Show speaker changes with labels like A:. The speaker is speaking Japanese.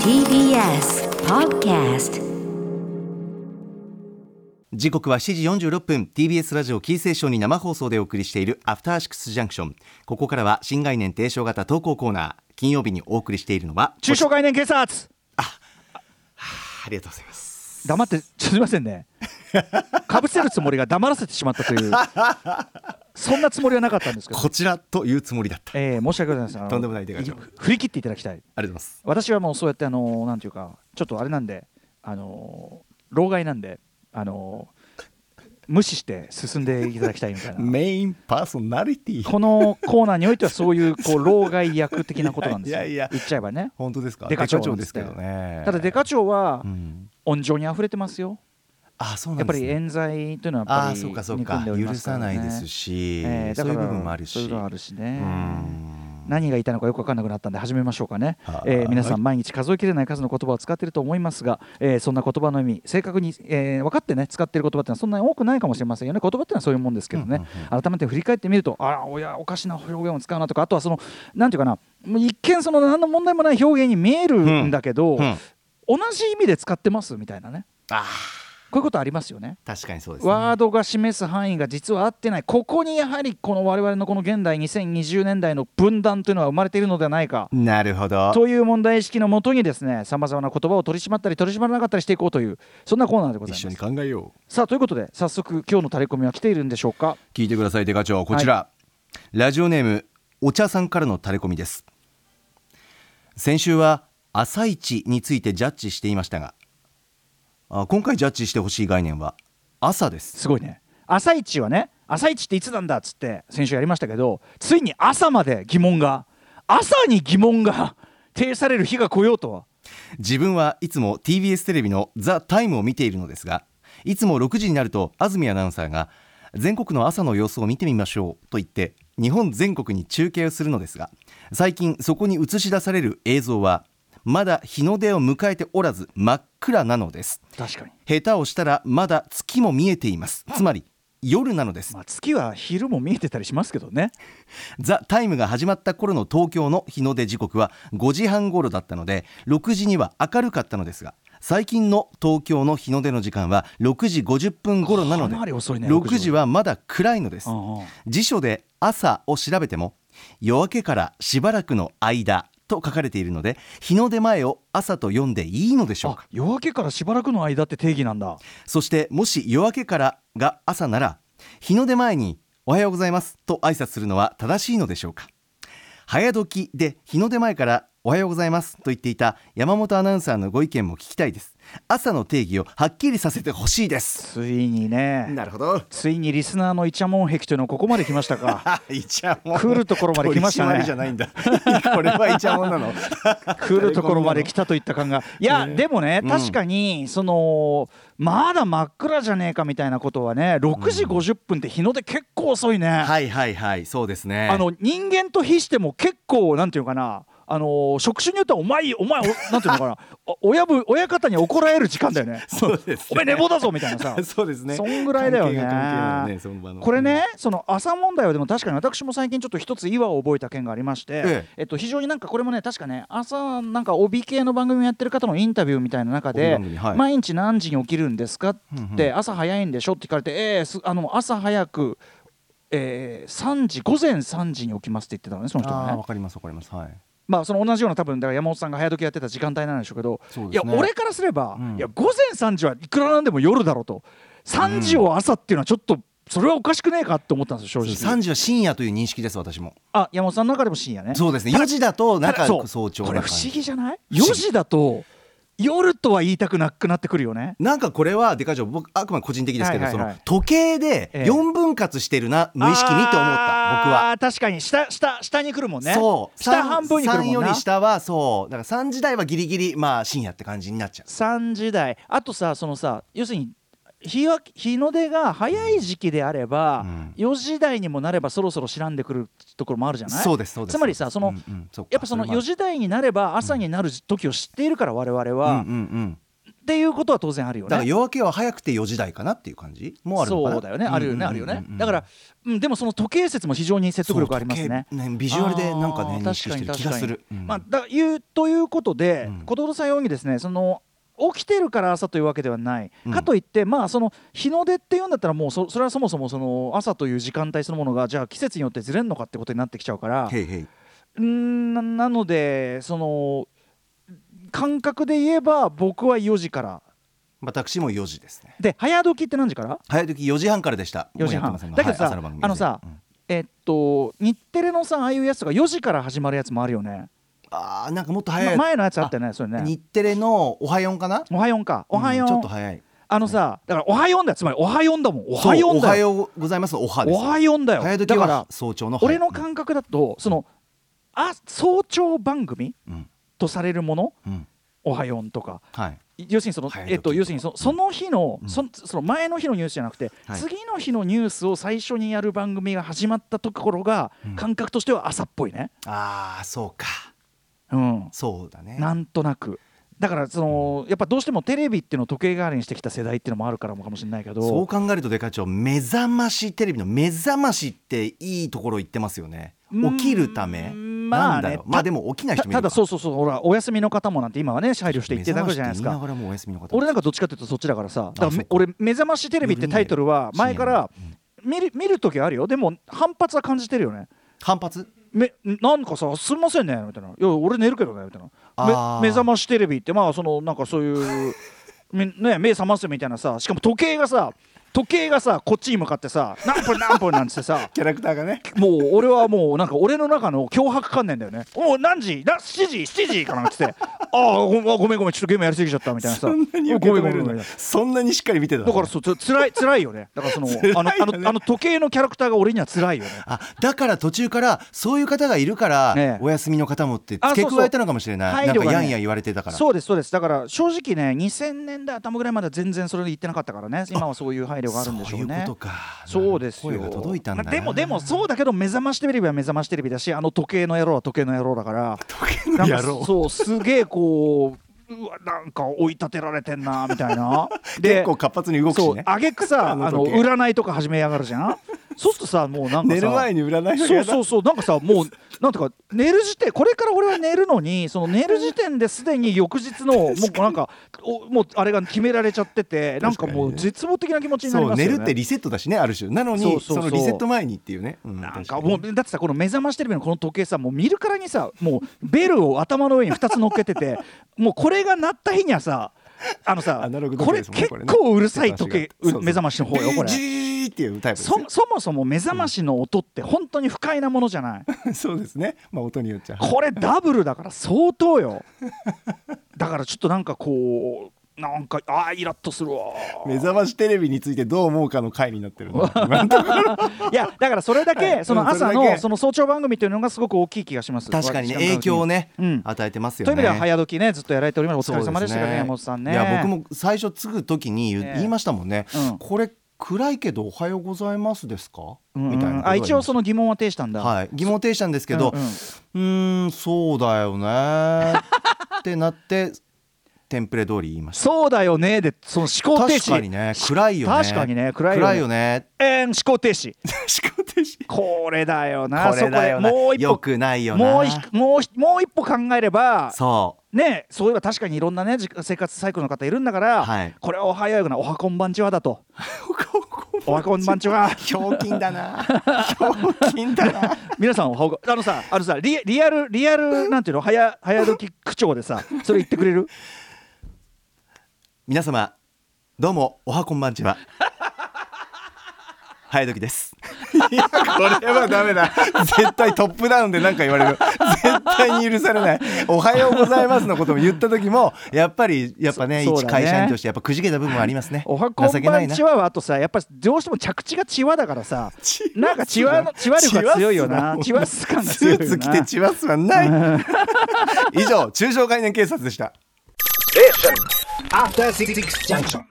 A: TBS Podcast
B: 時刻は7時46分 TBS ラジオキーセーションに生放送でお送りしているアフターシックスジャンクションここからは新概念提唱型投稿コーナー金曜日にお送りしているのは
C: 中小概念警察
B: ありがとうございます
C: 黙ってすみませ んねかぶせるつもりが黙らせてしまったというそんなつもりはなかったんですけど、
B: こちらというつもりだったあり
C: えー申し訳ございませんあの
B: とんでもない出方
C: い振り切っていただきたい
B: がとうございます
C: 私はもうそうやってあのなんていうかちょっとあれなんであの老害なんであの無視して進んでいただきたいみたいな
B: メインパーソナリティ
C: このコーナーにおいてはそういうこう老害役的なことなんですよ
B: いやいや
C: 言っちゃえばね
B: 本当ですか
C: デカ長なん
B: で
C: ですす
B: け
C: ね
B: どね
C: ただデカ長は
B: うん
C: 温情に溢れてますよ
B: あそうな
C: やっ
B: ん
C: ぱ
B: です
C: り
B: ね
C: 冤罪というのはやっ
B: あ
C: ぱ
B: ー
C: り
B: そうかそう
C: 憎
B: か
C: んでおりま
B: 許
C: すか
B: さ
C: らね
B: ないですし
C: えーだ
B: そう
C: か
B: い
C: ら
B: う部分もあるし
C: そういうのあるしね
B: うん
C: 何が言いたいのかよく分かんなくなったんで始めましょうかね
B: は、い
C: えー皆さん毎日数えきれない数の言葉を使っていると思いますが、えーそんな言葉の意味正確に、えー分かってね使っている言葉ってのはそんなに多くないかもしれませんよね言葉ってのはそういうもんですけどね、改めて振り返ってみるとあらおやおかしな表現を使うなとかあとはそのなんていうかなもう一見その何の問題もない表現に見えるんだけど、
B: うんうん
C: 同じ意味で使ってますみたいなね
B: あ
C: こういうことありますよね。
B: ー確かにそうですね
C: ワードが示す範囲が実は合ってないここにやはりこの我々のこの現代2020年代の分断というのは生まれているのではないか
B: なるほど
C: という問題意識のもとにですねさまざまな言葉を取り締まったり取り締まらなかったりしていこうというそんなコーナーでござい
B: 一緒
C: ま
B: に
C: す
B: 考えよう
C: さあということで早速今日のタレコミは来ているんでしょうか
B: 聞いてくださいデカ長こちら、ラジオネームお茶さんからのタレコミです先週は朝一についてジャッジしていましたがあ今回ジャッジしてほしい概念は朝です
C: すごいね朝一はね朝一っていつなんだっつって先週やりましたけどついに朝まで疑問が朝に疑問が呈される日が来ようとは
B: 自分はいつも TBS テレビの「ザ・タイムを見ているのですがいつも6時になると安住アナウンサーが全国の朝の様子を見てみましょうと言って日本全国に中継をするのですが最近そこに映し出される映像はまだ日の出を迎えておらず真っ暗なのです
C: 確かに、
B: 下手をしたらまだ月も見えていますつまり夜なのです
C: まあ、月は昼も見えてたりしますけどね
B: ザ・タイムが始まった頃の東京の日の出時刻は5時半頃だったので6時には明るかったのですが最近の東京の日の出の時間は6時50分頃なので
C: かなり遅いね
B: 6時はまだ暗いのです
C: うんうん
B: 辞書で「朝」を調べても「夜明けからしばらくの間」と書かれているので日の出前を朝と読んでいいのでしょうか
C: あ夜明けからしばらくの間って定義なんだ
B: そしてもし夜明けからが朝なら日の出前に「おはようございます」と挨拶するのは正しいのでしょうか早時で日の出前から「おはようございます」と言っていた山本アナウンサーのご意見も聞きたいです朝の定義をはっきりさせてほしいです
C: ついにね
B: るほど
C: ついにリスナーのイチャモン壁というのはここまで来ましたか
B: 一応
C: 来るところまで来ました
B: 取り締まり
C: ね
B: じゃないんだこれはイチャモンなの
C: 来るところまで来たといった感がいや、でもね
B: うん
C: 確かにそのまだ真っ暗じゃねえかみたいなことはね6時50分って日の出結構遅いね、
B: はいはいはいそうですね
C: あの人間と比しても結構なんていうかなあの職種によってはお前お前おなんていうのかなお親分親方に怒られる時間だよ ね
B: そうです
C: お前寝坊だぞみたいなさ
B: そうですね
C: そんぐらいだよね
B: 関係が関係ないのねその場の
C: これね、その朝問題はでも確かに私も最近ちょっと一つ違和を覚えた件がありまして、
B: え
C: え
B: え
C: っと、非常になんかこれもね確かね朝なんか帯系の番組をやってる方のインタビューみたいな中
B: 帯
C: で
B: 番組はい
C: 毎日何時に起きるんですか?」
B: うん
C: っ
B: う
C: て「朝早いんでしょ?」って聞かれて「ええすあの朝早く、えー3時午前3時に起きます」って言ってたのねその人
B: あ
C: が
B: ー
C: ね
B: わ。かりますわかりますはい
C: まあその同じような多分だから山本さんが早時やってた時間帯なんでしょうけど
B: そう
C: い
B: で
C: や
B: すね
C: 俺からすれば、
B: うん
C: いや午前3時はいくらなんでも夜だろうと3時を朝っていうのはちょっとそれはおかしくねえかって思ったんですよ正直
B: 3時は深夜という認識です私も
C: あ山本さんの中でも深夜ね
B: そうですね4時だと
C: た
B: なん
C: だ
B: か
C: そう
B: 早朝な
C: これ不
B: 感じ
C: 思議じゃない
B: 不思議
C: 4時だと夜とは言いたくなくなってくるよね
B: なんかこれはでかいじゃん僕あくまで個人的ですけど、
C: はいはいはい
B: その時計で
C: ええ
B: 4分割してるな、無意識にって思った僕は。
C: あー確かに下下下に来るもんね
B: そう
C: 下半分に来る
B: 3
C: も
B: よ
C: んな
B: り下はそうだから3時台はギリギリまあ深夜って感じになっちゃう
C: 3時台あとさそのさ要するに日は日の出が早い時期であれば、
B: うん
C: 4時台にもなればそろそろ知らんでくるところもあるじゃない
B: そうですそうです
C: つまりさその、
B: うんうんうか
C: やっぱその
B: れもあ
C: 4
B: る
C: 時台になれば朝になる時を知っているから我々は、
B: うんうんうん
C: っていうことは当然あるよ
B: だから
C: ね。
B: 夜明けは早くて4時台かなっていう感じもあるのかな
C: そうだよねあるよね、あるよね、
B: ら
C: だから、うん、でもその時計説も非常に説得力ありますね
B: そう時計ビジュアルでなんかね
C: あー
B: 認識してる気がする
C: 確かに
B: うん
C: まあ、だいうということで、
B: うん
C: 小堂さんようにですねその起きてるから朝というわけではない、
B: うん
C: かといって、まあ、その日の出っていうんだったらもうそそれはそもそもその朝という時間帯そのものがじゃあ季節によってずれるのかってことになってきちゃうから
B: へいへいう
C: ーんななのでその感覚で言えば僕は4時から
B: 私も4時ですね
C: で早時って何時から
B: 早い時4時半からでした
C: 4時半
B: もうやってませんが
C: だけどさ
B: はい朝の番組で
C: あのさ
B: うん
C: えっと日テレのさああいうやつとか4時から始まるやつもあるよね、
B: あーなんかもっと
C: ま
B: 早い
C: 前のやつあったよねそれね
B: 日テレのおはよんかな
C: おはよんかおはよ、
B: うんんちょっと早い
C: あのさだからおはよんだよつまりおはよんだもんおはよ
B: そうんおは
C: だよ
B: ようございますのおはで
C: お
B: す
C: はよんだよ
B: 早時
C: だから
B: は早朝の
C: 俺の感覚だとそのあ早朝番組
B: うん
C: とされるもの
B: うん
C: おはよんとか
B: はい
C: 要するにその
B: 早い時
C: えっと要するにそのその日の、
B: うん
C: そその前の日のニュースじゃなくて、
B: はい
C: 次の日のニュースを最初にやる番組が始まったところが、
B: うん
C: 感覚としては朝っぽいね。
B: ああそうか
C: うん
B: そうだね
C: なんとなくだからそのやっぱどうしてもテレビっていうのを時計代わりにしてきた世代っていうのもあるからもかもしれないけど
B: そう考えるとデカ長目覚ましテレビの目覚ましっていいところ言ってますよね
C: うん
B: 起きるため
C: ま
B: な
C: あね
B: んだろう
C: た
B: まあでも起きない
C: た
B: 人もい
C: た
B: るか
C: だそうそうそうほらお休みの方もなんて今はね配慮して言っていただくじゃないです
B: 目覚ましって言いなが
C: か
B: らもお休みの方
C: 俺なんかどっちかというとそっちだからさだから
B: あそう
C: め
B: か
C: 俺「目覚ましテレビ」ってタイトルは前から
B: 深夜の
C: 見る見る時あるよでも反発は感じてるよね
B: 反発
C: めなんかさ「すみませんね」みたいな「いや俺寝るけどね」みたいな
B: あー
C: 「め目覚ましテレビ」ってまあそのなんかそ ういうめね目覚ますみたいなさしかも時計がさ時計がさこっちに向かってさ何分何分なんつってさ
B: キャラクターがね
C: もう俺はもうなんか俺の中の脅迫観念だよね「おう何時な ?7 時7時かな」っつって「ああごごめんごめんちょっとゲームやりすぎちゃった」みたいなさ
B: そんなに受け止め
C: ごめんごめん
B: る
C: ごめん
B: んだそんなにしっかり見てたの
C: だからそうつつらい辛いよねだからそ の
B: 辛いよ
C: あの
B: ね
C: あのあの時計のキャラクターが俺には辛いよね
B: あだから途中からそういう方がいるから、
C: ええ
B: お休みの方もって
C: あ
B: 付け
C: そうそう
B: 加えたのかもしれない
C: 配慮がね
B: なんかやんや言われてたから
C: そうですそうですだから正直ね2000年代頭ぐらいまでは全然それで言ってなかったからね今はそういう配慮があるんでしょ
B: そ
C: う
B: うい
C: ね
B: うことか
C: そうですよ
B: 声が届いたんだな
C: でもでもそうだけど目覚ましテレビは目覚ましテレビだしあの時計の野郎は時計の野郎だから
B: 時計
C: な
B: の
C: ん
B: 野
C: か
B: 郎
C: そうすげえこううわなんか追い立てられてんなみた いな
B: 結構活発に動くし
C: そう
B: ね
C: あげくさ あ
B: あ
C: の
B: の時計
C: 占いとか始めやがるじゃんそうするとさもうなんかさ
B: 寝る前に占いを
C: そう
B: う
C: そうそうなんかさもうなんていうか寝る時点これから俺は寝るのにその寝る時点ですでに翌日のもうなんかおもうあれが決められちゃっててなんか
B: 確か
C: もう
B: にね
C: 絶望的な気持ちになりますよ
B: 寝
C: ね。
B: るってリセットだしねある種なのに
C: そう
B: そ
C: そうそ
B: の
C: う
B: リセット前にっていうね、う
C: なん
B: 確
C: か
B: に
C: もうだってさこの目覚ましテレビのこの時計さもう見るからにさもうベルを頭の上に2つ乗っけ ててもうこれが鳴った日にはさあのさ
B: アナログ時
C: こ
B: 計
C: れ
B: ですもんね
C: 結
B: これね
C: 構うるさい時計
B: そうそう
C: 目覚ましの方よこれ
B: ジ ーっていうタイプです
C: そ
B: よ
C: そもそも目覚ましの音って本当に不快なものじゃない
B: そうですねまあ音によっちゃ
C: これダブルだから相当よだからちょっとなんかこうなんかあーイラッとするわ
B: 目覚ましテレビについてどう思うかの回になってるな今のところ
C: いやだからそれだけその朝
B: それだ
C: の
B: け
C: その早朝番組というのがすごく大きい気がします
B: 確かにね影響をね、
C: うん
B: 与えてますよ
C: という
B: ね
C: 意味では早時ねずっとやられておりますお疲れ様でしたけど
B: そう
C: ね
B: す
C: 山本さんね
B: いや僕も最初継ぐ時に言,、
C: ね
B: 言いましたもんね、
C: うん
B: これ暗いけどおはようございますですか、
C: うん
B: みたいなことが
C: あ
B: 言いまし
C: 一
B: た
C: 応その疑問は呈したんだ
B: はい疑問呈したんですけど
C: うん
B: う
C: うん
B: ーんそうだよ ねってなってテンプレ通り言いました
C: そうだよねでその思考停止
B: 確かにね暗いよね
C: 確かにね暗いよね
B: よね
C: えー 思考停止
B: 思考停止
C: これだよな
B: これだよ
C: そこでもう
B: な
C: 一歩
B: よくないよな
C: もう一もう一もう一歩考えれば
B: そ
C: ねそういえば確かにいろんなねじ生活サイクルの方いるんだから、
B: はい
C: これはおはようなおはこんばんちはだと
B: う
C: おはこんばんちは
B: ひょうきんだなひょうきんだな
C: 皆さんおはこあのさあのさリリアルリアルなんていうの早早時口調でさそれ言ってくれる
B: 皆様どうもおはこんばんちは早時ですいやこれはダメだ絶対トップダウンで何か言われる絶対に許されないおはようございますのことも言った時もやっぱりやっぱね
C: そそう
B: 一
C: だね
B: 会社員としてやっぱくじけた部分はありますね
C: おはこんばんち
B: は
C: ははあとさやっぱどうしても着地がチワだからさなんかチワのチワ力が強いよなチワス感が
B: ス
C: 強いよ
B: ー
C: な
B: ツ着てチワスは ない以上中小概念警察でした
D: After Six Junction.